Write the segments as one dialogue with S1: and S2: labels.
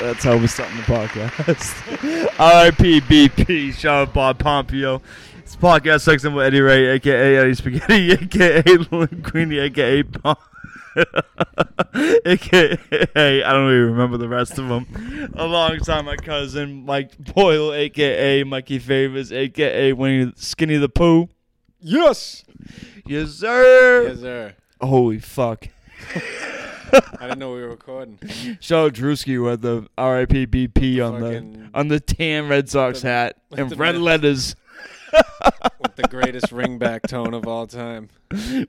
S1: That's how we start the podcast. R.I.P. BP, Sean Bob Pompeo. It's podcast section with Eddie Ray, aka Eddie Spaghetti, aka Lynn Queenie, aka Pom. aka I don't even remember the rest of them. Alongside my cousin Mike Boyle, aka Mikey Favors, aka Winnie Skinny the Pooh.
S2: Yes.
S1: Yes, sir.
S2: Yes, sir.
S1: Holy fuck.
S2: I didn't know we were recording.
S1: Shout out Drewski with the RIP BP on the
S2: Fucking-
S1: on the tan Red Sox
S2: The-
S1: hat
S2: with
S1: and
S2: the
S1: red
S2: red-
S1: letters.
S2: With the greatest ringback tone of all time,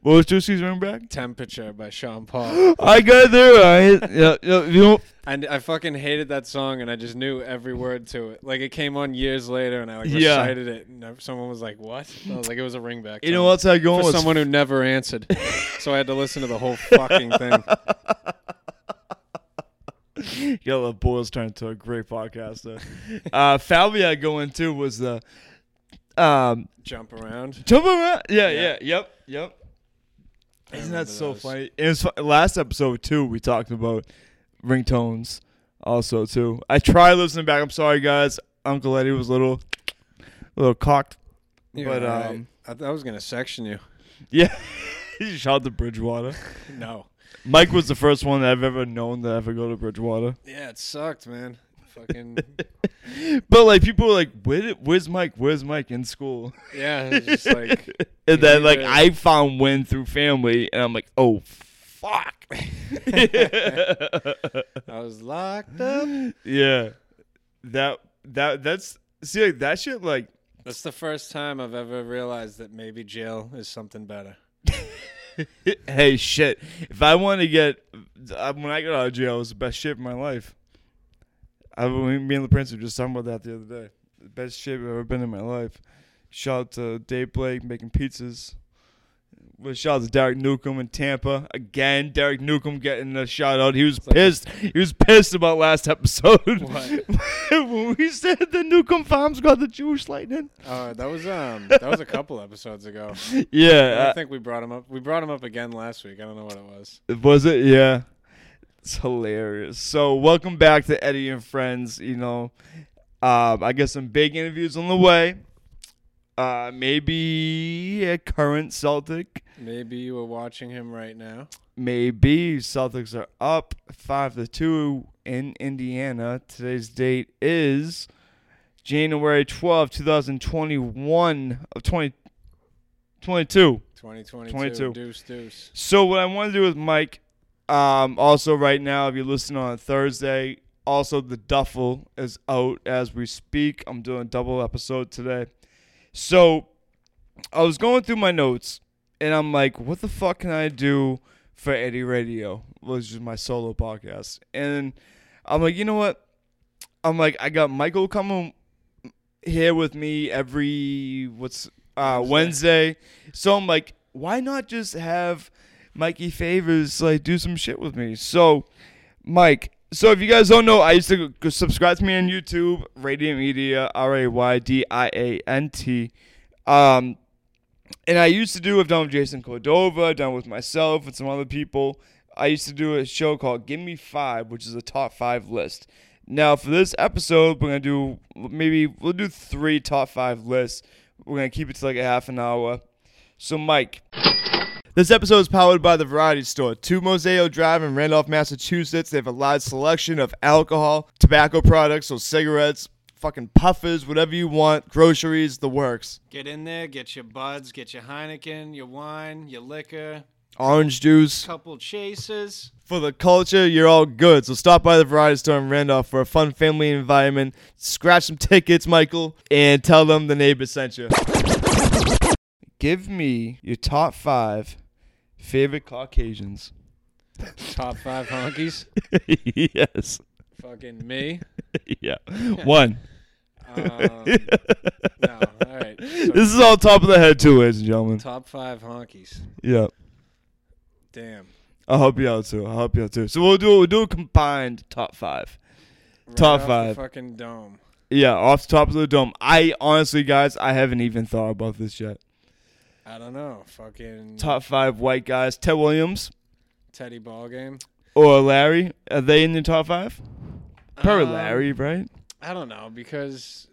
S1: What was Drewski's ring back?
S2: "Temperature" by Sean Paul.
S1: I got there. I hit, yeah, yeah, you know,
S2: And I fucking hated that song, and I just knew every word to it. Like it came on years later, and I like
S1: Yeah.
S2: recited it, and I- someone was like, "What?" I was like, "It was a ringback."
S1: you know
S2: tone."
S1: what's that going
S2: For
S1: with
S2: someone who never answered, so I had to listen to the whole fucking thing.
S1: Yeah, the Boyle's turned into a great podcaster. uh, Falvia going too was the um,
S2: Jump around.
S1: jump around. Yeah, yeah,
S2: Yeah.
S1: yep, yep.
S2: I
S1: Isn't that
S2: remember
S1: so
S2: those.
S1: funny? It was fu- last episode too. We talked about ringtones, also too. I tried listening back. I'm sorry, guys. Uncle Eddie was a little, a little cocked.
S2: You're
S1: But,
S2: right.
S1: um,
S2: I, th- I was gonna section you.
S1: Yeah, he shout out to Bridgewater.
S2: No.
S1: Mike was the first one that I've ever known to ever go to Bridgewater.
S2: Yeah, it sucked, man. Fucking
S1: But like people were like, Where did, "Where's Mike? Where's Mike in school?"
S2: yeah, it was just like
S1: And then
S2: Yeah.
S1: like I found Win through family, and I'm like, "Oh fuck."
S2: I was locked up.
S1: yeah, that that that's see like that shit like
S2: That's the first time I've ever realized that maybe jail is something better.
S1: hey shit if i want to get uh, when i got out of jail it was the best shit in my life i me me and the prince were just talking about that the other day the best shit i've ever been in my life shout out to dave blake making pizzas well, shout out to Derek Newcomb in Tampa again. Derek Newcomb getting a shout out. He was
S2: like-
S1: pissed. He was pissed about last episode
S2: What?
S1: when we said the Newcomb Farms got the Jewish lightning.
S2: Uh, that was um that was a couple episodes ago. I
S1: Yeah, uh,
S2: don't think we brought him up. We brought him up again last week. I don't know what it was.
S1: Was it? Yeah. It's hilarious. So, welcome back to Eddie and Friends. You know, um, I got some big interviews on the way. Uh, maybe a current Celtic.
S2: Maybe you were watching him right now.
S1: Maybe Celtics are up five to two in Indiana. Today's date is January twelfth, two thousand twenty-one of twenty twenty-two.
S2: 2022.
S1: 22.
S2: Deuce, deuce.
S1: So what I want to do with Mike, um, also right now, if you're listening on Thursday, also the Duffel is out as we speak. I'm doing a double episode today. So I was going through my notes, and I'm like, what the fuck can I do for Eddie Radio? Which is my solo podcast. And I'm like, you know what? I'm like, I got Michael coming here with me every what's uh, Wednesday. So I'm like, why not just have Mikey Favors like do some shit with me? So, Mike. So if you guys don't know, I used to go subscribe to me on YouTube, Radiant Media, R A Y D I A N T. Um, and I used to do. I've done with Jason Cordova, done with myself and some other people. I used to do a show called Give Me Five, which is a top five list. Now for this episode, we're gonna do maybe we'll do three top five lists. We're gonna keep it to like a half an hour. So Mike, this episode is powered by the Variety Store, 2 Moseo Drive in Randolph, Massachusetts. They have a large selection of alcohol, tobacco products, so cigarettes, fucking puffers, whatever you want, groceries, the works.
S2: Get in there, get your buds, get your Heineken, your wine, your liquor,
S1: Orange juice.
S2: couple chases.
S1: For the culture, you're all good. So stop by the Variety Store in Randolph for a fun family environment. Scratch some tickets, Michael, and tell them the neighbor sent you. Give me your top five favorite Caucasians.
S2: Top five honkies.
S1: yes.
S2: Fucking me.
S1: Yeah. One.
S2: Um, no. All right. So
S1: This is all top of the head, too, ladies and gentlemen.
S2: top five honkies.
S1: Yeah.
S2: Damn.
S1: I'll help you out, too. I'll help you out, too. So we'll do we'll do a combined top five.
S2: Right
S1: Top
S2: off the
S1: five.
S2: Fucking dome.
S1: Yeah, off the top of the dome. I honestly, guys, I haven't even thought about this yet.
S2: I don't know. Fucking
S1: top five white guys, Ted Williams
S2: Teddy ball game.
S1: or Larry. Are they in the top five? Perillary, right?
S2: Um, I don't know because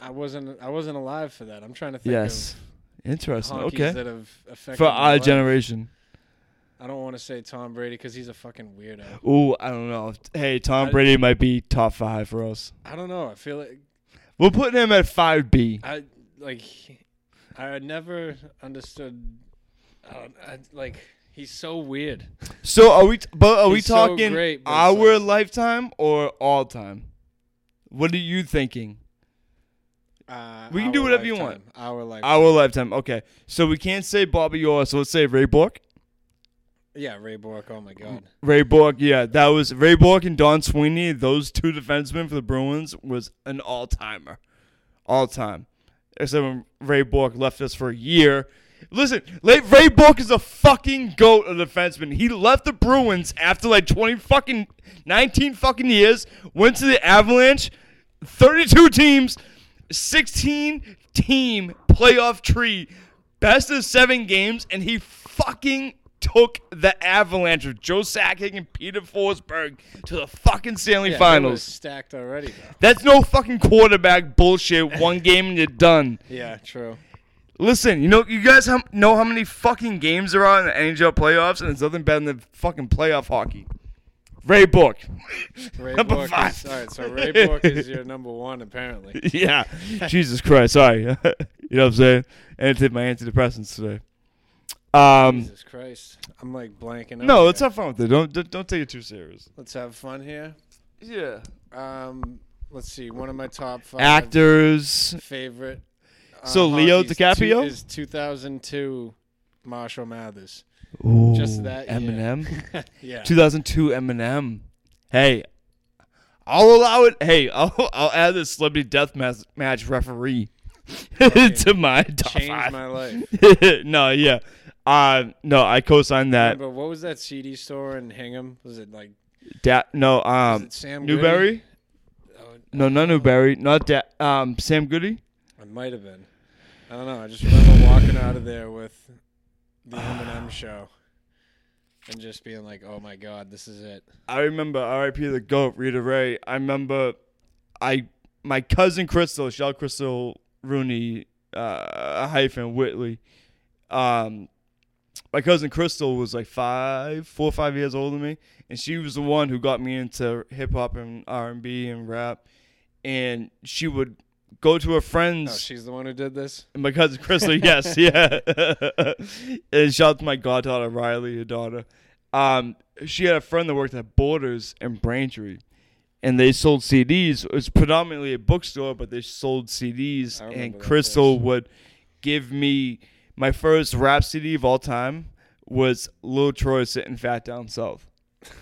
S2: I wasn't I wasn't alive for that. I'm trying to think.
S1: Yes.
S2: Of
S1: Interesting.
S2: honkies
S1: Okay.
S2: That have affected
S1: For
S2: my
S1: our
S2: life.
S1: generation.
S2: I don't want to say Tom Brady because he's a fucking weirdo.
S1: Ooh, I don't know. Hey, Tom
S2: I-
S1: Brady might be top five for us.
S2: I don't know. I feel like
S1: We're putting him at five B.
S2: I like I never understood. I don't, I, like he's so weird.
S1: So are we? But are we
S2: He's so
S1: talking
S2: great, but it's
S1: our
S2: like-
S1: lifetime or all time? What are you thinking?
S2: Uh,
S1: We can
S2: our
S1: do whatever you
S2: lifetime. Our life.
S1: Our lifetime. Okay. So we can't say Bobby Orr. So let's say Ray Bork.
S2: yeah, Ray Bork. Oh my god.
S1: Ray Bork. Yeah, that was Ray Bork and Don Sweeney. Those two defensemen for the Bruins was an all timer, all time. Except when Ray Bork left us for a year. Listen, Ray Ray Bork is a fucking goat of defenseman. He left the Bruins after like twenty fucking nineteen fucking years. Went to the Avalanche, thirty-two teams, sixteen team playoff tree, best of seven games, and he fucking took the Avalanche of Joe Sakic and Peter Forsberg to the fucking Stanley
S2: Yeah, he was
S1: Finals.
S2: stacked already. Though.
S1: That's no fucking quarterback bullshit. One game and you're done.
S2: Yeah, true.
S1: Listen, you know, you guys hum- know how many fucking games there are in the NHL playoffs, and there's nothing better than fucking playoff hockey. Ray Book.
S2: Ray
S1: Number
S2: Bork.
S1: five.
S2: Is, all right, so Ray Bork is your number one apparently.
S1: yeah. Jesus Christ. Sorry. you know what I'm saying? And it did my antidepressants today. Um,
S2: Jesus Christ. I'm like blanking. out
S1: no, let's
S2: here.
S1: have fun with it. Don't don't- don't take it too serious.
S2: let's have fun here.
S1: Yeah.
S2: Um, let's see. One of my top five
S1: Actors.
S2: favorite. uh,
S1: So Leo
S2: hockeys
S1: DiCaprio?
S2: two- is 2002 Marshall Mathers.
S1: Ooh,
S2: Just that year.
S1: Eminem.
S2: Yeah.
S1: 2002 Eminem. Hey, I'll allow it. Hey, I'll, I'll add this celebrity death mas- match referee to my top
S2: Changed
S1: five.
S2: my life.
S1: no, yeah, uh, no, I co-signed that.
S2: Remember, what was that CD store in Hingham? Was it like
S1: Da- no,
S2: was
S1: um,
S2: it Sam
S1: Newberry.
S2: Goody? Oh,
S1: No, not Newberry. Not da- um, Sam Goody.
S2: it might have been. I don't know. I just remember walking out of there with the Eminem show and just being like, "Oh my God, this is it."
S1: I remember R.I.P. the Goat, Rita Ray. I remember, I my cousin Crystal, shout out Crystal Rooney uh, hyphen Whitley. Um, my cousin Crystal was like five, four or five years older than me, and she was the one who got me into hip hop and R and B and rap. And she would go to her friends.
S2: Oh, she's the one who did this.
S1: And my cousin Crystal, yes, yeah. and shout out to my goddaughter Riley, her daughter. Um, she had a friend that worked at Borders in Braintree, and they sold CDs. It was predominantly a bookstore, but they sold CDs.
S2: I remember
S1: And
S2: that
S1: Crystal
S2: place.
S1: would give me my first rap CD of all time was Lil Troy sitting fat down south.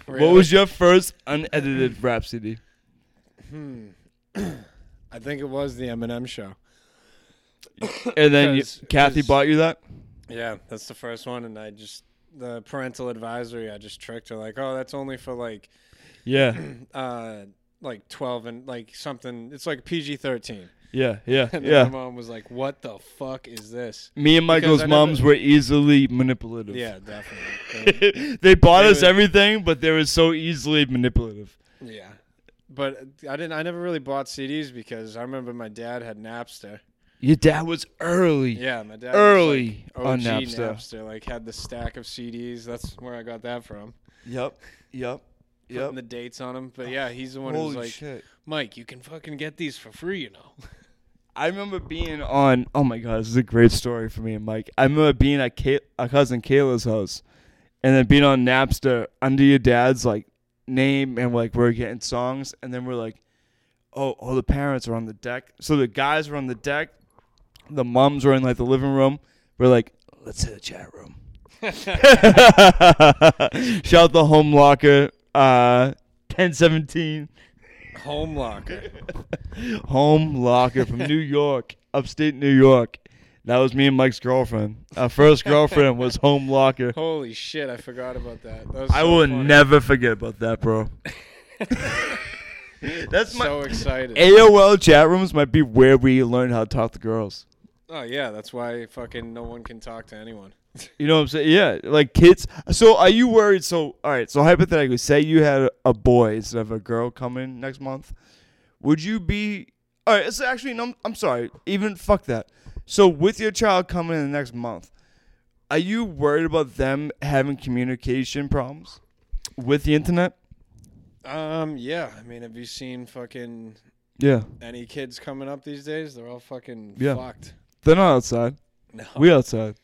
S1: What
S2: Really?
S1: was your first unedited rap CD?
S2: Hmm. I think it was the Eminem show.
S1: And then you,
S2: 'Cause-
S1: Kathy
S2: 'cause-
S1: bought you that.
S2: Yeah, that's the first one, and I just the parental advisory. I just tricked her like, "Oh, that's only for like,
S1: Yeah,
S2: uh, like twelve and like something. It's like PG thirteen.
S1: yeah, yeah,
S2: And then
S1: yeah.
S2: my mom was like, "What the fuck is this?"
S1: Me and Michael's
S2: I never-
S1: moms were easily manipulative.
S2: Yeah, definitely. And-
S1: they bought
S2: They
S1: us
S2: were-
S1: everything, but they were so easily manipulative.
S2: yeah, but I didn't. I never really bought CDs because I remember my dad had Napster.
S1: Your dad was early.
S2: Yeah, my dad was,
S1: Early
S2: like,
S1: on
S2: OG
S1: Napster.
S2: Napster. Like had the stack of CDs. That's where I got that from.
S1: Yep. Yep.
S2: Putting the dates on them. But yeah, he's the one who's like,
S1: shit.
S2: Mike, you can fucking get these for free, you know.
S1: I remember being on. Oh my god, this is a great story for me and Mike. I remember being at Kay, a cousin Kayla's house, and then being on Napster under your dad's like name, and like we're getting songs, and then we're like, oh, all the parents are on the deck. So the guys were on the deck, the moms were in like the living room. We're like, let's hit the chat room. Shout out the home locker, uh, ten seventeen.
S2: Home Locker.
S1: Home Locker from New York, upstate New York. That was me and Mike's girlfriend. Our first girlfriend was Home Locker.
S2: Holy shit, I forgot about that. that was
S1: I
S2: so
S1: will
S2: funny.
S1: never forget about that, bro. That's my
S2: So excited.
S1: AOL chat rooms might be where we learned how to talk to girls.
S2: oh yeah, that's why fucking no one can talk to anyone.
S1: You know what I'm saying? Yeah, like kids. So are you worried? So all right. So hypothetically, say you had a boy instead of a girl coming next month. Would you be? All right. It's actually no. I'm sorry. Even fuck that. So with your child coming in the next month, are you worried about them having communication problems with the internet?
S2: Um, yeah. I mean, have you seen fucking
S1: Yeah,
S2: any kids coming up these days? They're all fucking
S1: Yeah.
S2: fucked.
S1: they're not outside.
S2: No.
S1: We outside.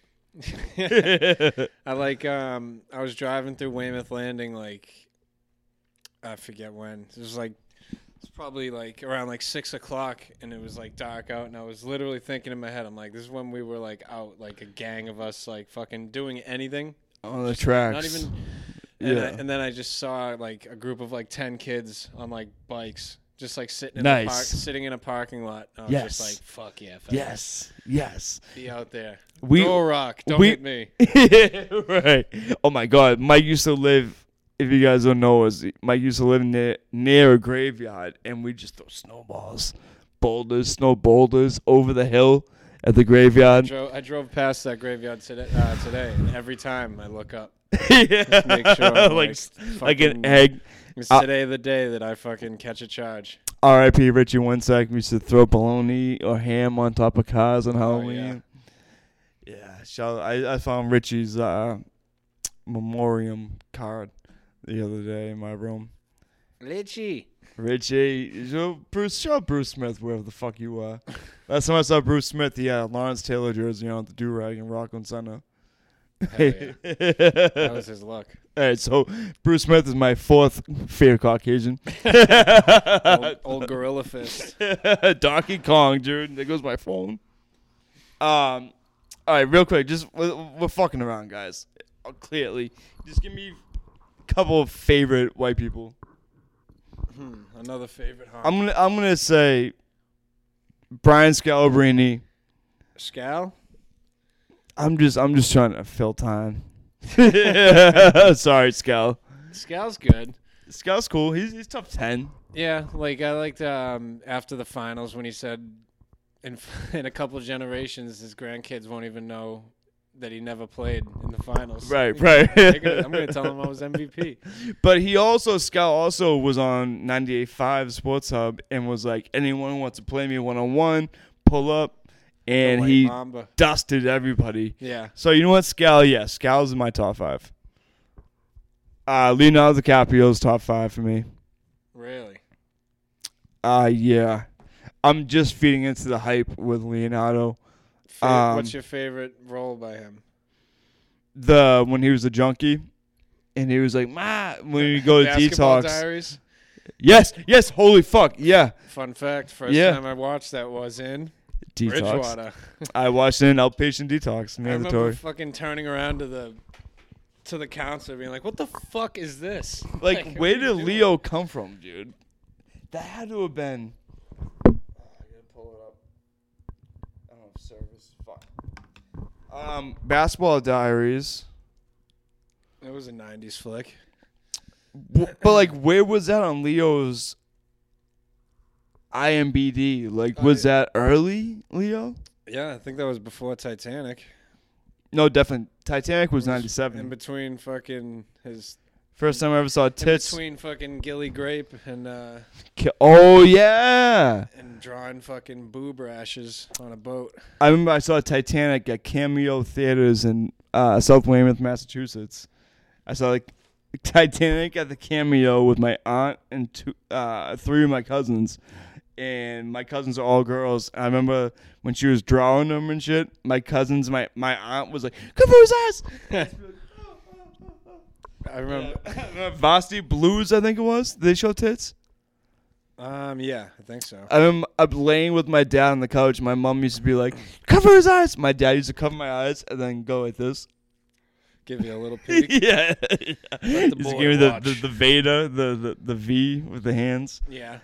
S2: I like um I was driving through Weymouth Landing like I forget when. It was like it's probably like around like six o'clock and it was like dark out and I was literally thinking in my head, I'm like, this is when we were like out, like a gang of us like fucking doing anything.
S1: On the tracks.
S2: Not even and,
S1: Yeah.
S2: I- and then I just saw like a group of like ten kids on like bikes, just like sitting in the park
S1: Nice.
S2: sitting in a parking lot. And I was just
S1: Yes.
S2: like, fuck yeah, fellas,
S1: Yes. Yes.
S2: be out there.
S1: We
S2: Go rock, don't
S1: we-
S2: hit me.
S1: right. Oh my God, Mike used to live. If you guys don't know, us, Mike used to live near near a graveyard, and we just throw snowballs, boulders, snow boulders over the hill at the graveyard.
S2: drove, I drove past that graveyard today, uh, today, and every time I look up,
S1: yeah.
S2: make sure I'm,
S1: like
S2: like,
S1: s- like an
S2: fucking-
S1: egg.
S2: it's
S1: Uh,
S2: today the day that I fucking catch a charge.
S1: R.I.P. Richie Winsack. We used to throw bologna or ham on top of cars
S2: Oh,
S1: on Halloween. yeah. shout- I, I found Richie's uh, memoriam card the other day in my room.
S2: Litchy.
S1: Richie, so Bruce, show Bruce Smith wherever the fuck you are. Last time I saw Bruce Smith, he had a Lawrence Taylor jersey on with the do rag and Rock on Center.
S2: yeah. That was his luck.
S1: All right, so Bruce Smith is my fourth favorite Caucasian.
S2: Old, old gorilla fist.
S1: Donkey Kong, dude. There goes my phone. Um, all right, real quick, just we're, we're fucking around, guys. Uh, Clearly, just give me a couple of favorite white people.
S2: Hmm, another favorite, huh?
S1: I'm gonna I'm gonna say Brian Scalabrine.
S2: Scal?
S1: I'm just I'm just trying to fill time. Sorry, Scal.
S2: Scal's good.
S1: Scal's cool. He's he's top ten.
S2: Yeah, like I liked um, after the finals when he said, in f- in a couple generations, his grandkids won't even know that he never played in the finals.
S1: Right, right.
S2: They're gonna- I'm gonna tell them I was MVP.
S1: But he also Scal also was on 98.5 Sports Hub and was like, anyone who wants to play me one on one, pull up, and
S2: White
S1: he
S2: Mamba.
S1: dusted everybody.
S2: Yeah.
S1: So you know what, Scal? Yeah, Scal's in my top five. Uh, Leonardo DiCaprio's top five for me.
S2: Really?
S1: Uh yeah. I'm just feeding into the hype with Leonardo.
S2: Fa-
S1: Um,
S2: what's your favorite role by him?
S1: The when he was a junkie and he was like, Ma when you go to
S2: Basketball
S1: detox.
S2: Diaries.
S1: Yes, yes, holy fuck. Yeah.
S2: Fun fact: first
S1: Yeah.
S2: time I watched that was in
S1: Detox.
S2: Bridgewater.
S1: I watched an outpatient detox
S2: I remember
S1: mandatory.
S2: fucking turning around to the to the counselor, being like, "What the fuck is this?"
S1: Like,
S2: what are
S1: where
S2: you
S1: did
S2: doing?
S1: Leo come from, dude? That had to have been I gotta pull it up. I don't have service. Fuck. Um Basketball Diaries.
S2: It was a '90s flick.
S1: W- but like, where was that on Leo's IMBD? Like, was
S2: Uh,
S1: that early Leo?
S2: Yeah, I think that was before Titanic.
S1: No, definitely. Titanic was
S2: In
S1: '97.
S2: between fucking his,
S1: First time I ever saw
S2: in
S1: tits.
S2: between fucking Gilly Grape and uh
S1: Ki- Oh yeah,
S2: and drawing fucking boob rashes on a boat.
S1: I remember I saw Titanic at Cameo Theaters in uh, South Weymouth, Massachusetts. I saw like Titanic at the Cameo with my aunt and two, uh, three of my cousins. And my cousins are all girls. I remember when she was drawing them and shit. My cousins, my my aunt was like, "Cover his eyes."
S2: I remember.
S1: Varsity Blues, I think it was. Did they show tits?
S2: Um, yeah, I think so.
S1: I remember I'm laying with my dad on the couch. My mom used to be like, "Cover his eyes." My dad used to cover my eyes and then go like this.
S2: Give you a little peek.
S1: yeah. He's
S2: boy
S1: giving me the, the,
S2: watch.
S1: the Veda, the, the, the V with the hands.
S2: yeah.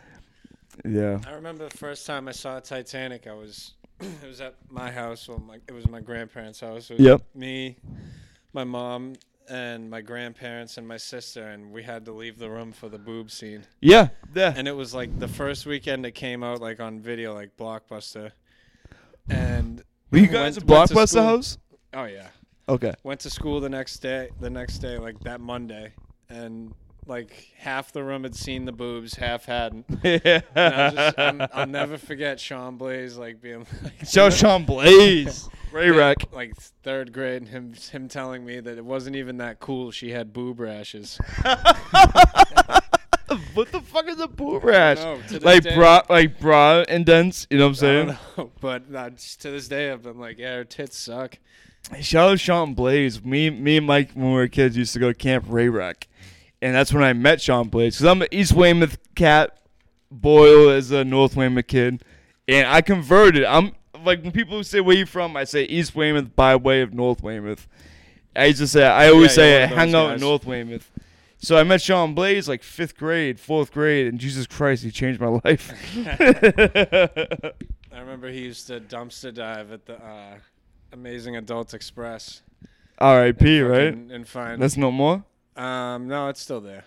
S1: Yeah.
S2: I remember the first time I saw Titanic. I was it was at my house. Well, my, it was my grandparents' house. It was
S1: Yep.
S2: Me, my mom, and my grandparents and my sister, and we had to leave the room for the boob scene.
S1: Yeah. Yeah.
S2: And it was like the first weekend it came out, like on video, like Blockbuster. And
S1: Were you guys
S2: went-
S1: a
S2: went to
S1: Blockbuster
S2: school-
S1: house?
S2: Oh yeah.
S1: Okay.
S2: Went to school the next day. The next day, like that Monday, and like half the room had seen the boobs, half hadn't. And I was just, I'm, I'll never forget Sean Blaze like being like
S1: Show Sean Blaze. Ray Wreck.
S2: like third grade, and him him telling me that it wasn't even that cool. She had boob rashes.
S1: What the fuck is a boob rash?
S2: know, to this
S1: like
S2: day-
S1: bra, like bra indents. You know what I'm
S2: I don't
S1: saying?
S2: know, but uh, just to this day, I've been like, yeah, her tits suck.
S1: Shout out Sean Blaze. Me, me and Mike when we were kids used to go to Camp Ray Wreck, and that's when I met Sean Blaze. Cause I'm an East Weymouth cat, Boyle is a North Weymouth kid, and I converted. I'm like when people say where you from, I say East Weymouth by way of North Weymouth. I used to say I always
S2: Yeah,
S1: say
S2: you're
S1: I
S2: one of
S1: hung
S2: those
S1: out in
S2: guys.
S1: North Weymouth. So I met Sean Blaze like fifth grade, fourth grade, and Jesus Christ, he changed my life.
S2: I remember he used to dumpster dive at the uh, Amazing Adult Express.
S1: R.I.P. Right?
S2: And, and find
S1: That's no more.
S2: um, no, it's still there.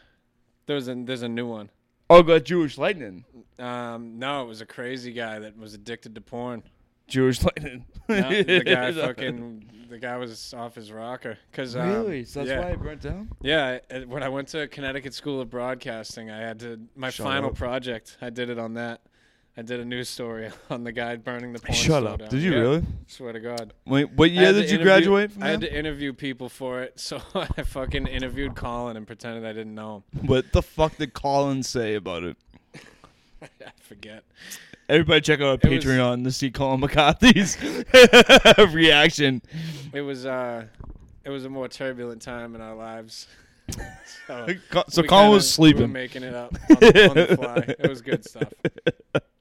S2: There's a there's a new one.
S1: Oh, got Jewish Lightning.
S2: Um, no, it was a crazy guy that was addicted to porn.
S1: Jewish Lightning.
S2: No, the guy fucking the guy was off his rocker because um,
S1: Really? So that's
S2: yeah.
S1: why it burnt down?
S2: Yeah, I- when I went to Connecticut School of Broadcasting, I had to my
S1: Shut
S2: final
S1: up.
S2: project. I did it on that. I did a news story on the guy burning the porn
S1: Shut
S2: store
S1: up.
S2: down.
S1: Did you
S2: Yeah,
S1: really?
S2: Swear to God.
S1: Wait, what
S2: I
S1: year
S2: had to
S1: did you
S2: interview-
S1: graduate from
S2: I had
S1: that?
S2: to interview people for it, so I fucking interviewed Colin and pretended I didn't know him.
S1: What the fuck did Colin say about it?
S2: I forget.
S1: Everybody check out our
S2: It was-
S1: Patreon to see Colin McCarthy's reaction.
S2: It was uh, it was a more turbulent time in our lives. so
S1: Co- So
S2: we
S1: Colin was
S2: kinda- We were
S1: sleeping.
S2: making it up on the, on the fly. It was good stuff.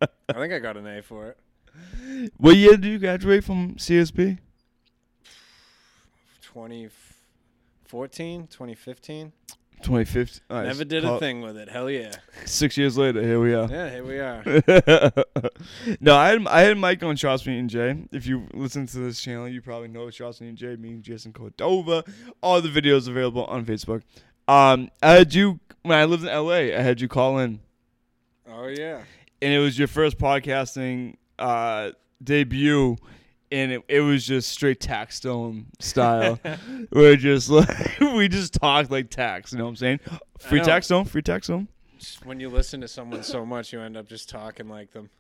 S2: I think I got an A for it.
S1: What year did you graduate from CSP?
S2: 2014, 2015.
S1: 2015. All right,
S2: Never did a
S1: Col- Oh.
S2: thing with it. Hell yeah.
S1: Six years later, here we are.
S2: Yeah, here we are.
S1: no, I had I had Mike on Shots Me and Jay. If you listen to this channel, you probably know Shots Me and Jay, me and Jason Cordova. All the videos available on Facebook. Um, I had you when I lived in LA. I had you call in,
S2: Oh yeah.
S1: and it was your first podcasting uh, debut, and it, it was just straight tax stone style. We're just like we just talked like tax. You know what I'm saying? Free
S2: know.
S1: tax stone, free tax stone.
S2: Just When you listen to someone so much, you end up just talking like them.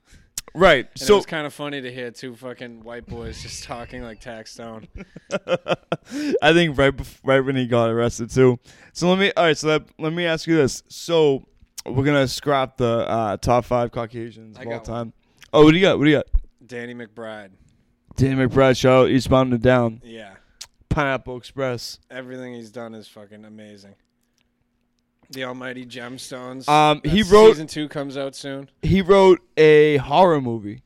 S1: Right.
S2: And
S1: so
S2: it was kind of funny to hear two fucking white boys just talking like Tax Stone.
S1: I think right bef- right when he got arrested too. So let me all right. So that, let me ask you this. So we're gonna scrap the uh, top five Caucasians
S2: I
S1: of all
S2: got one.
S1: time. Oh, what do you got? What do you got?
S2: Danny McBride.
S1: Danny McBride, shout out Eastbound and Down,
S2: Yeah.
S1: Pineapple Express.
S2: Everything he's done is fucking amazing. The Almighty Gemstones.
S1: Um, he
S2: That's-
S1: wrote-
S2: season two comes out soon.
S1: He wrote a horror movie.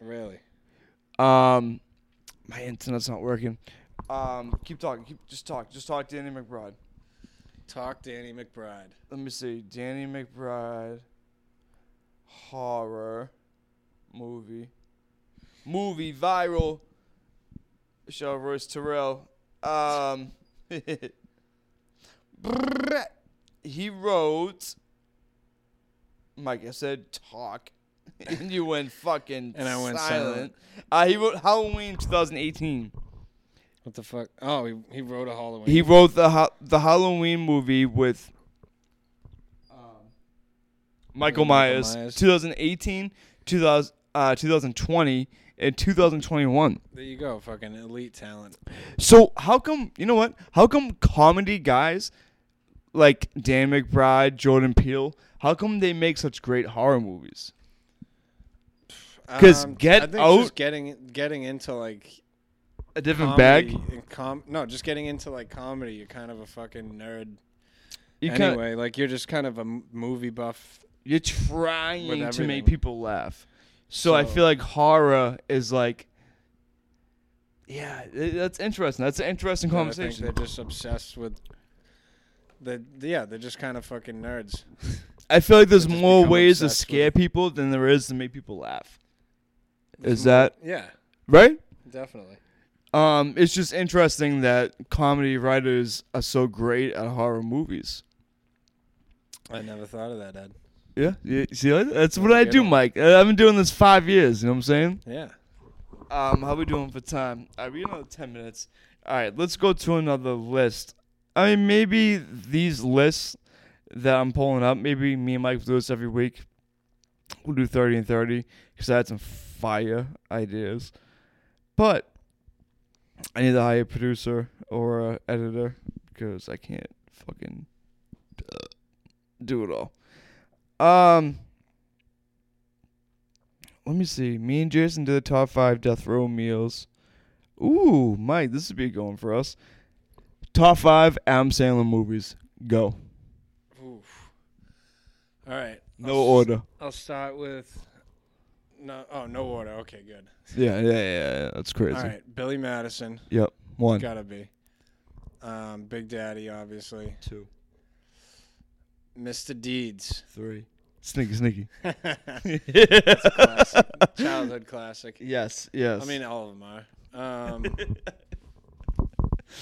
S2: Really?
S1: Um, my internet's not working. Um, keep talking. Keep just talk. Just talk. Danny McBride.
S2: Talk Danny McBride.
S1: Let me see. Danny McBride horror movie. Movie viral. Show Royce Terrell. Um brrrr. He wrote Mike, I said talk. and you went fucking
S2: And I went silent.
S1: Uh, he wrote Halloween 2018.
S2: What the fuck? Oh, he, he wrote a Halloween.
S1: He wrote the ha- the Halloween movie with um, Michael
S2: Michael
S1: Myers,
S2: Myers.
S1: 2018, 2000, uh, 2020, and 2021.
S2: there you go, fucking elite talent.
S1: So how come you know what? How come comedy guys like Dan McBride, Jordan Peele, how come they make such great horror movies? 'Cause Get
S2: Um, I think
S1: Out-
S2: just getting getting into like
S1: A different
S2: comedy
S1: bag.
S2: and com- no, just getting into like comedy. You're kind of a fucking nerd
S1: You kinda-
S2: anyway. like you're just kind of a m- movie buff.
S1: you're trying to
S2: everything.
S1: make people laugh. So, I
S2: So-
S1: feel like horror is like, yeah, th- that's interesting. That's an interesting
S2: that I think
S1: conversation.
S2: They're just obsessed with. The, yeah, they're just kind of fucking nerds.
S1: I feel like there's
S2: just
S1: more
S2: become
S1: ways to
S2: obsessed with
S1: scare
S2: it.
S1: people than there is to make people laugh. Is
S2: more-
S1: that
S2: Yeah,
S1: right?
S2: definitely.
S1: Um, it's just interesting that comedy writers are so great at horror movies.
S2: I never thought of that, Ed.
S1: Yeah, you see, like, that's what
S2: That's a
S1: I
S2: good
S1: do,
S2: one.
S1: Mike. I- I've been doing this five years. You know what I'm saying?
S2: Yeah.
S1: Um, how we doing for time? Are we another ten minutes? All right, let's go to another list. I mean, maybe these lists that I'm pulling up, maybe me and Mike will do this every week. We'll do 30 and 30 because I had some fire ideas. But I need to hire a producer or a editor because I can't fucking uh, do it all. Um, let me see. Me and Jason did the top five death row meals. Ooh, Mike, this would be going for us. Top five Adam Sandler movies. Go.
S2: Oof. All right.
S1: No
S2: I'll Oh, s-
S1: order.
S2: I'll start with. No. Oh, no order. Okay, good.
S1: Yeah, yeah, yeah, yeah. That's crazy.
S2: All right, Billy Madison.
S1: Yep. One.
S2: Gotta be. Um, Big Daddy, obviously.
S1: Two.
S2: Mr. Deeds.
S1: Three. Sneaky, sneaky.
S2: Classic. Childhood classic.
S1: yes, yes.
S2: I mean, all of them are. Um,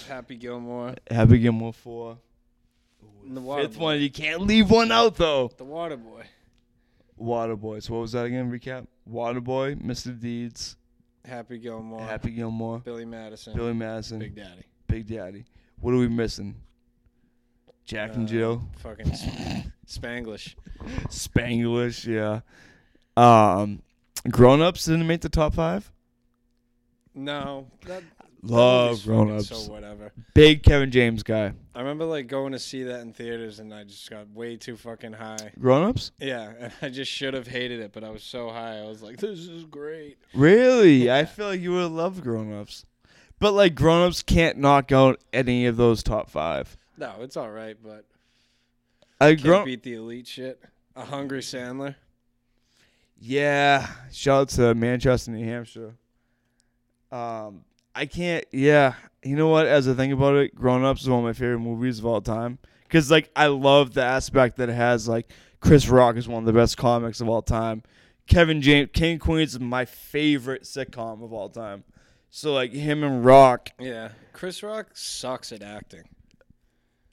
S2: Happy Gilmore.
S1: Happy Gilmore four.
S2: And the water
S1: Fifth one. You can't leave one out though.
S2: The Water Boy.
S1: Waterboy. So what was that again? Recap. Waterboy, Mr. Deeds,
S2: Happy Gilmore.
S1: Happy Gilmore,
S2: Billy Madison.
S1: Billy Madison,
S2: Big
S1: Big,
S2: Daddy.
S1: Daddy. What are we missing? Jack and
S2: Uh,
S1: Jill.
S2: Fucking s- Spanglish.
S1: Spanglish, yeah. Um, grown ups didn't make the top five.
S2: No. That, that
S1: Love
S2: movie's
S1: grown
S2: fucking
S1: ups.
S2: So whatever.
S1: Big Kevin James guy.
S2: I remember like going to see that in theaters, and I just got way too fucking high.
S1: Grown ups?
S2: Yeah, and I just should have hated it, but I was so high, I was like, "This is great."
S1: Really? I
S2: Yeah.
S1: feel like you would love grown ups. But like grown ups can't knock out any of those top five.
S2: No, it's all right, but
S1: I
S2: can't
S1: grown
S2: beat the elite shit. A hungry Sandler.
S1: Yeah. Shout out to Manchester, New Hampshire. Um I can't yeah. You know what, as I think about it, Grown Ups is one of my favorite movies of all time. Cause like I love the aspect that it has like Chris Rock is one of the best comics of all time. Kevin James King Queens is my favorite sitcom of all time. So like him and Rock.
S2: Yeah, Chris Rock sucks at acting.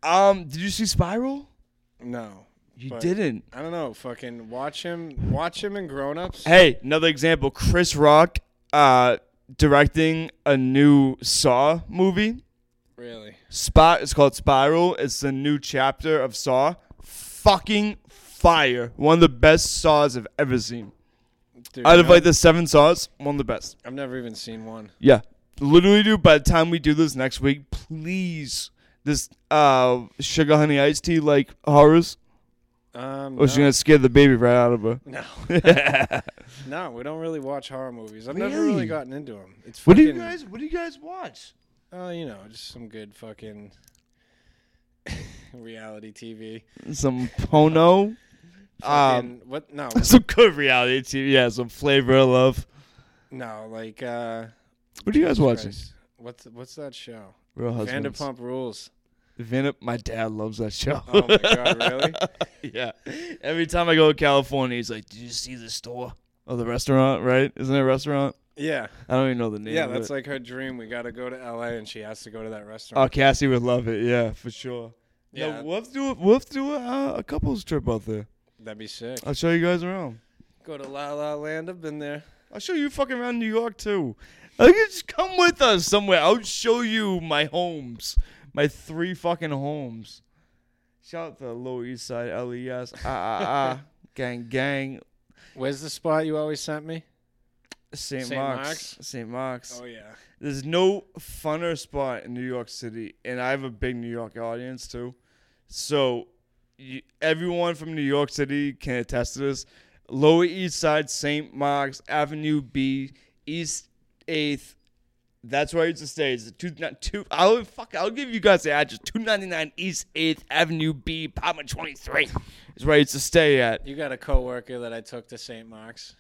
S1: Um, did you see Spiral?
S2: No,
S1: You
S2: But-
S1: didn't.
S2: I don't know. Fucking watch him. Watch him in Grown Ups.
S1: Hey, another example. Chris Rock uh, directing a new Saw movie.
S2: Really?
S1: Spot. It's called Spiral. It's the new chapter of Saw. Fucking fire! One of the best saws I've ever seen.
S2: Dude,
S1: Out of
S2: no,
S1: like the seven saws, one of the best.
S2: I've never even seen one.
S1: Yeah, literally, dude. By the time we do this next week, please, this uh sugar honey iced tea like horrors,
S2: Um,
S1: or she's
S2: no.
S1: gonna scare the baby right out of her.
S2: no, no, we don't really watch horror movies. I've never
S1: Really?
S2: really gotten into them. It's
S1: What do you
S2: fucking-
S1: guys? What do you guys watch?
S2: Oh, you know, just some good fucking reality TV.
S1: Some Pono. um,
S2: Fucking- what? No,
S1: some good reality TV. Yeah, some flavor of love.
S2: no, like. uh
S1: What are you guys
S2: Jesus
S1: watching?
S2: Christ. What's what's that show?
S1: Real Husbands.
S2: Vanderpump Rules.
S1: Vanderpump. My dad loves that show.
S2: Oh my god, really?
S1: yeah. Every time I go to California, he's like, "Did you see the store or the restaurant? Right? Isn't it a restaurant?
S2: Yeah,
S1: I don't even know the name.
S2: yeah.
S1: of
S2: That's
S1: it.
S2: like her dream. We got to go to LA, and she has to go to that restaurant.
S1: oh, Cassie would love it. Yeah, for sure. Yeah,
S2: Yeah,
S1: we'll have to do, we'll have to do a, a couples trip out there.
S2: that'd be sick.
S1: I'll show you guys around.
S2: Go to La La Land. I've been there.
S1: I'll show you fucking around New York too. Like, just come with us somewhere. I'll show you my homes, my three fucking homes. Shout out to the Lower East Side, LES, ah ah ah, gang gang,
S2: Where's the spot you always sent me?
S1: St.
S2: Saint
S1: Mark's,
S2: Mark's?
S1: St. Mark's.
S2: Oh yeah.
S1: There's no funner spot in New York City, and I have a big New York audience too. So, you, everyone from New York City can attest to this. Lower East Side, St. Mark's, Avenue B, East 8th. That's where I used to stay. It's two, not two. I'll fuck. I'll give you guys the address. Two ninety nine East Eighth Avenue B, apartment twenty three. Is where I used to stay at.
S2: You got a coworker that I took to St. Mark's.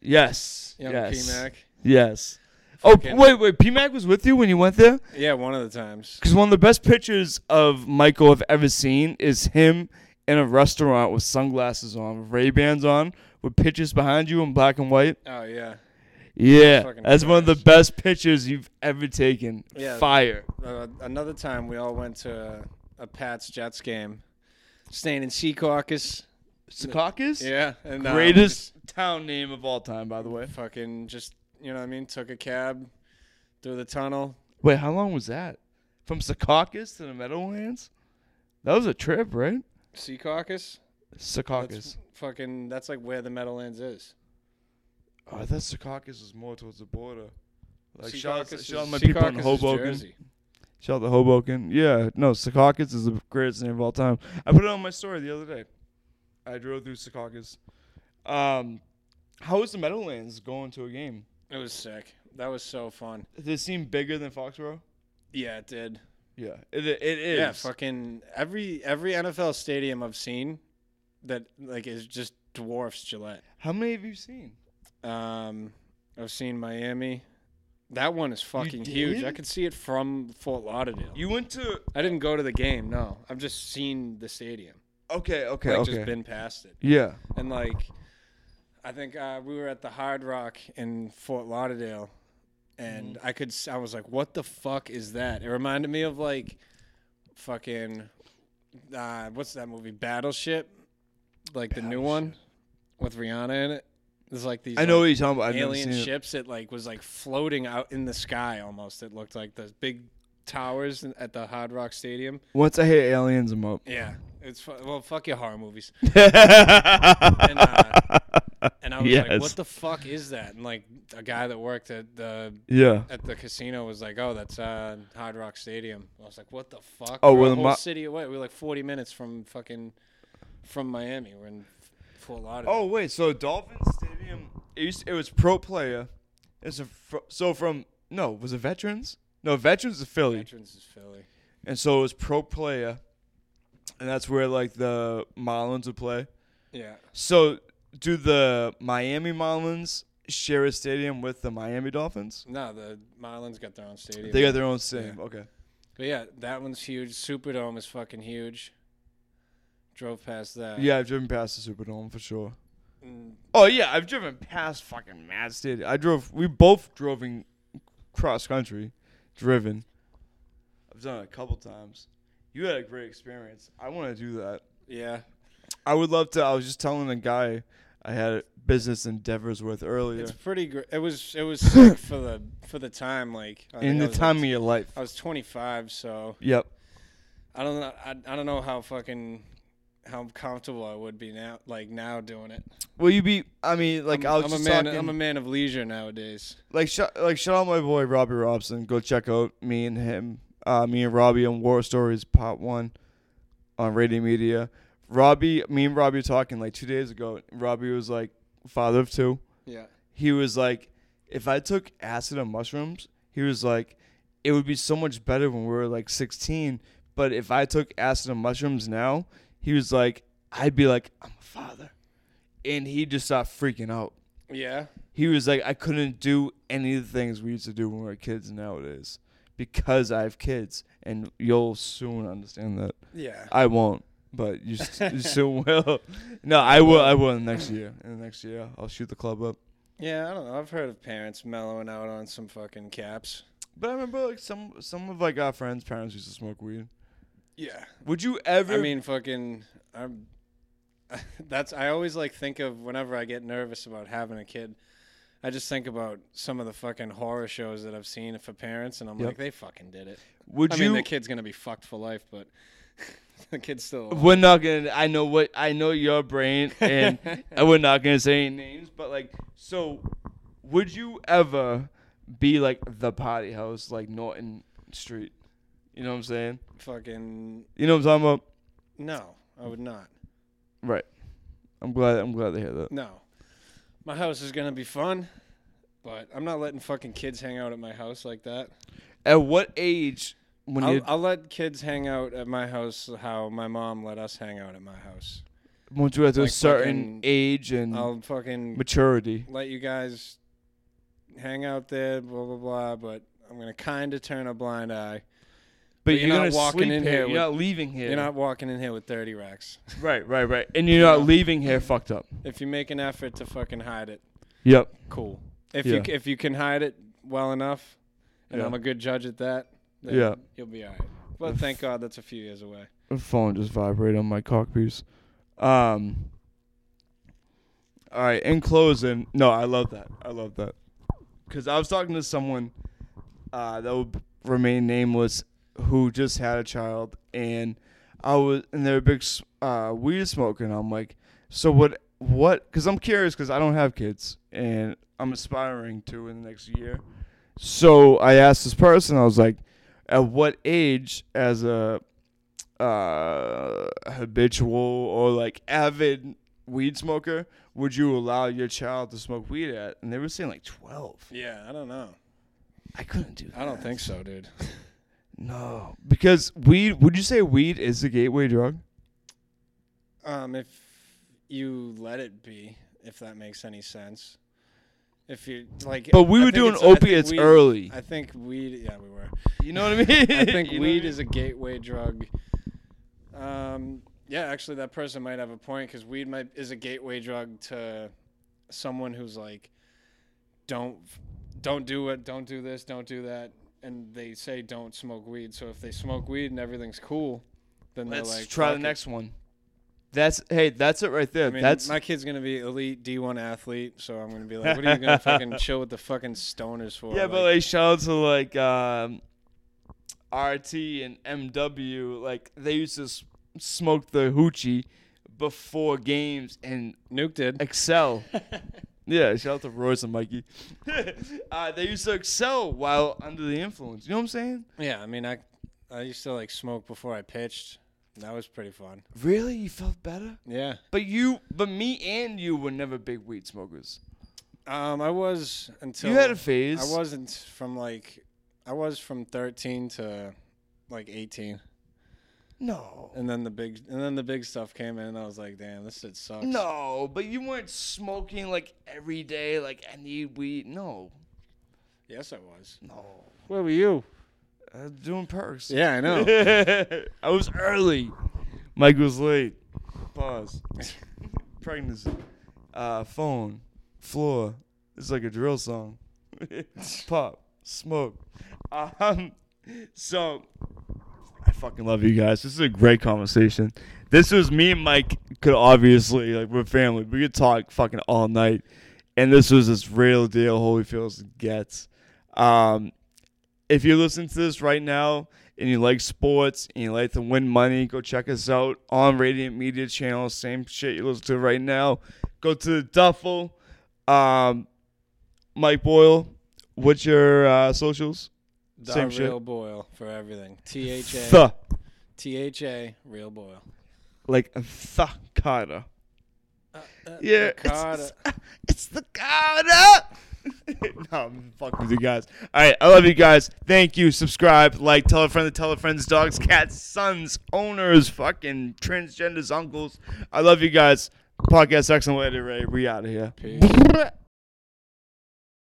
S1: Yes.
S2: Young
S1: yes.
S2: P-Mac.
S1: Yes. Oh
S2: Fucking-
S1: wait, wait. P Mac was with you when you went there.
S2: Yeah, one of the times.
S1: Because one of the best pictures of Michael I've ever seen is him in a restaurant with sunglasses on, Ray Bans on, with pictures behind you in black and white.
S2: Oh yeah.
S1: Yeah,
S2: Fucking
S1: that's one of the
S2: trash.
S1: best pictures you've ever taken.
S2: Yeah.
S1: Fire.
S2: Uh, another time we all went to a, a Pats Jets game, staying in Sea Caucus.
S1: Secaucus?
S2: Yeah, and um,
S1: Greatest town name of all time, by the way.
S2: just fucking just you know what I mean. Took a cab through the tunnel.
S1: Wait, how long was that? From Secaucus to the Meadowlands? That was a trip, right?
S2: Sea Caucus.
S1: Secaucus.
S2: Fucking. That's like where the Meadowlands is.
S1: Oh, I thought Secaucus was more towards the border. Like,
S2: Sea
S1: shout out,
S2: Caucus
S1: to- shout out
S2: is-
S1: my
S2: Sea
S1: people in
S2: Caucus is
S1: Hoboken.
S2: Jersey.
S1: Shout out to Hoboken. Yeah, no, Secaucus is the greatest name of all time. I put it on my story the other day. I drove through Secaucus. Um, how was the Meadowlands going to a game?
S2: It was sick. That was so fun.
S1: Did it seem bigger than Foxborough?
S2: Yeah, it did.
S1: Yeah, it, it is.
S2: Yeah, fucking every every NFL stadium I've seen that like is just dwarfs Gillette.
S1: How many have you seen?
S2: Um, I've seen Miami. That one is fucking huge.
S1: did?
S2: I could see it from Fort Lauderdale.
S1: You went to
S2: I didn't go to the game. No, I've just seen the stadium.
S1: okay, okay,
S2: Like
S1: okay.
S2: just been past it.
S1: yeah,
S2: And like, I think uh, we were at the Hard Rock in Fort Lauderdale, and
S1: Mm-hmm.
S2: I could s- I was like, what the fuck is that? It reminded me of like, fucking, uh, what's that movie Battleship, like the new one with Rihanna in it. There's like these
S1: I know what
S2: like,
S1: you're talking about. I've never
S2: alien
S1: seen it.
S2: ships. It. like was like floating out in the sky almost. It looked like those big towers in- at the Hard Rock Stadium.
S1: Once I hit aliens, I'm up.
S2: Yeah, it's fu- well, fuck your horror movies.
S1: and,
S2: uh, And I was
S1: Yes.
S2: like, "What the fuck is that?" And like a guy that worked at the
S1: yeah,
S2: at the casino was like, "Oh, that's uh, Hard Rock Stadium." I was like, "What the fuck?"
S1: Oh,
S2: we're
S1: well,
S2: a
S1: the
S2: whole
S1: mo-
S2: city away. We We're like 40 minutes from fucking from Miami. We're in Fort Lauderdale.
S1: Oh wait, so Dolphin Stadium it, used it was pro player. It's a fr- so from no was it veterans? No, veterans is Philly,
S2: Veterans is Philly.
S1: and so it was pro player, and that's where like the Marlins would play.
S2: Yeah,
S1: So do the Miami Marlins share a stadium with the Miami Dolphins?
S2: no, the Marlins got their own stadium.
S1: They got their own stadium. Okay.
S2: but yeah, that one's huge. Superdome is fucking huge. Drove past that.
S1: Yeah, I've driven past the Superdome for sure.
S2: Mm,
S1: Oh yeah, I've driven past fucking Mad Stadium. I drove. We both drove in cross country, driven. I've done it a couple times. You had a great experience. I want to do that.
S2: yeah.
S1: I would love to. I was just telling a guy I had business endeavors with earlier.
S2: It's pretty great. It was it was sick for the for the time like I
S1: in
S2: think I
S1: the
S2: was, like,
S1: time of your life.
S2: I was 25, so
S1: Yep.
S2: I don't know. I, I don't know how fucking how comfortable I would be now, like now doing it.
S1: Will you be? I mean, like
S2: I'm,
S1: i was
S2: I'm
S1: just
S2: a man.
S1: talking.
S2: I'm a man of leisure nowadays.
S1: like shout like shout out my boy Robbie Robson. Go check out me and him, uh, me and Robbie on War Stories Part One on Radio Media. Robbie, me and Robbie were talking like two days ago. Robbie was like father of two.
S2: Yeah.
S1: He was like, if I took acid and mushrooms, he was like, it would be so much better when we were like 16. But if I took acid and mushrooms now, he was like, I'd be like, I'm a father, and he just started freaking out
S2: Yeah.
S1: he was like, I couldn't do any of the things we used to do when we were kids nowadays because I have kids, and you'll soon understand that.
S2: Yeah.
S1: I won't, but you, s- you soon will. No, I will. I will in the next year. In the next year, I'll shoot the club up.
S2: Yeah. I don't know. I've heard of parents mellowing out on some fucking caps.
S1: But I remember like some some of like our friends' parents used to smoke weed.
S2: Yeah.
S1: Would you ever?
S2: I mean, fucking. I'm. That's. I always like think of whenever I get nervous about having a kid. I just think about some of the fucking horror shows that I've seen for parents, and I'm
S1: Yep.
S2: like, they fucking did it.
S1: would
S2: I
S1: you?
S2: mean, the kid's gonna be fucked for life, but the kid's still. Alive.
S1: We're not gonna. I know what I know. Your brain, and we're not gonna say any names. But like, so would you ever be like the potty house, like Norton Street? You know what I'm saying?
S2: Fucking
S1: You know what I'm talking about?
S2: no, I would not.
S1: Right. I'm glad. I'm glad to hear that.
S2: No, my house is gonna be fun, but I'm not letting fucking kids hang out at my house like that.
S1: At what age? When
S2: I'll,
S1: you
S2: I'll let kids hang out at my house how my mom let us hang out at my house.
S1: once you get to a
S2: like
S1: certain
S2: fucking-
S1: age and
S2: I'll fucking
S1: maturity.
S2: let you guys hang out there, blah blah blah. But I'm gonna kind of turn a blind eye.
S1: But,
S2: you're
S1: you're,
S2: not
S1: gonna
S2: walking
S1: sleep here.
S2: in here
S1: You're
S2: with-
S1: not leaving here.
S2: You're not walking in here with 30 racks.
S1: right, right, right. And you're not
S2: Yeah.
S1: leaving here fucked up.
S2: if you make an effort to fucking hide it,
S1: Yep.
S2: cool. If
S1: Yeah.
S2: you c- if you can hide it well enough, and
S1: Yeah.
S2: I'm a good judge at that, then
S1: Yeah.
S2: you'll be all right. But thank God that's a few years away.
S1: The phone just vibrated on my cock piece. Um. All right. In closing, no, I love that. I love that. Cause I was talking to someone, uh, that would remain nameless who just had a child, and I was and they were big s- uh, weed smoking. I'm like, so what? What? Because I'm curious because I don't have kids, and I'm aspiring to in the next year. So I asked this person. I was like, at what age, as a uh, habitual or like avid weed smoker, would you allow your child to smoke weed at? And they were saying like 12.
S2: Yeah, I don't know.
S1: I couldn't do that.
S2: I don't think so, dude.
S1: No, because weed. Would you say weed is the gateway drug?
S2: Um, if you let it be, if that makes any sense. If you like,
S1: But we
S2: I
S1: were
S2: think
S1: doing
S2: it's- I think
S1: opiates
S2: weed-
S1: early.
S2: I think weed. Yeah, we were.
S1: You know what I mean?
S2: I think weed is a gateway drug. Um, yeah, actually, that person might have a point because weed might is a gateway drug to someone who's like, don't, don't do it, don't do this, don't do that, and they say don't smoke weed. So if they smoke weed and everything's cool, then
S1: Let's
S2: they're like,
S1: try
S2: "Fuck
S1: the
S2: it."
S1: next one. That's hey, that's it right there.
S2: I mean,
S1: that's
S2: my kid's gonna be elite D1 athlete, so I'm gonna be like, what are you gonna fucking chill with the fucking stoners for?
S1: yeah, but like shout out to like um, RT and MW. Like they used to s- smoke the hoochie before games and
S2: Nuke did.
S1: excel. yeah, shout out to Royce and Mikey. uh, they used to excel while under the influence. You know what I'm saying?
S2: Yeah, I mean, I I used to like smoke before I pitched. That was pretty fun.
S1: Really, you felt better.
S2: Yeah.
S1: But you, but me and you were never big weed smokers.
S2: Um, I was until
S1: you had a phase.
S2: I wasn't from like I was from 13 to like 18,
S1: No.
S2: and then the big and then the big stuff came in. and I was like, damn, this shit sucks.
S1: No, but you weren't smoking like every day, like I need weed. No.
S2: Yes, I was.
S1: No.
S2: Where were you?
S1: I was doing perks.
S2: Yeah, I know.
S1: I was early. Mike was late. Pause. Pregnancy. Uh, phone. Floor. It's like a drill song. Pop. Smoke. Um, so, I fucking love you guys. This is a great conversation. This was me and Mike could obviously, like, we're family. We could talk fucking all night. And this was this real deal Holyfield's gets. Um, if you listen to this right now and you like sports and you like to win money, go check us out on Radiant Media Channel. Same shit you listen to right now. Go to the Duffel. Um, Mike Boyle, what's your uh, socials?
S2: The
S1: Same shit.
S2: real Boyle for everything. T H A
S1: The
S2: T H A real Boyle.
S1: like the Carter.
S2: Uh, uh,
S1: Yeah,
S2: ricotta.
S1: it's, it's the Carter. no, I'm fucking with you guys. All right, I love you guys. Thank you. Subscribe, like, tell a friend to tell a friend's dogs, cats, sons, owners, fucking transgenders, uncles. I love you guys. Podcast excellent later, Ray. We out of here.
S2: Peace.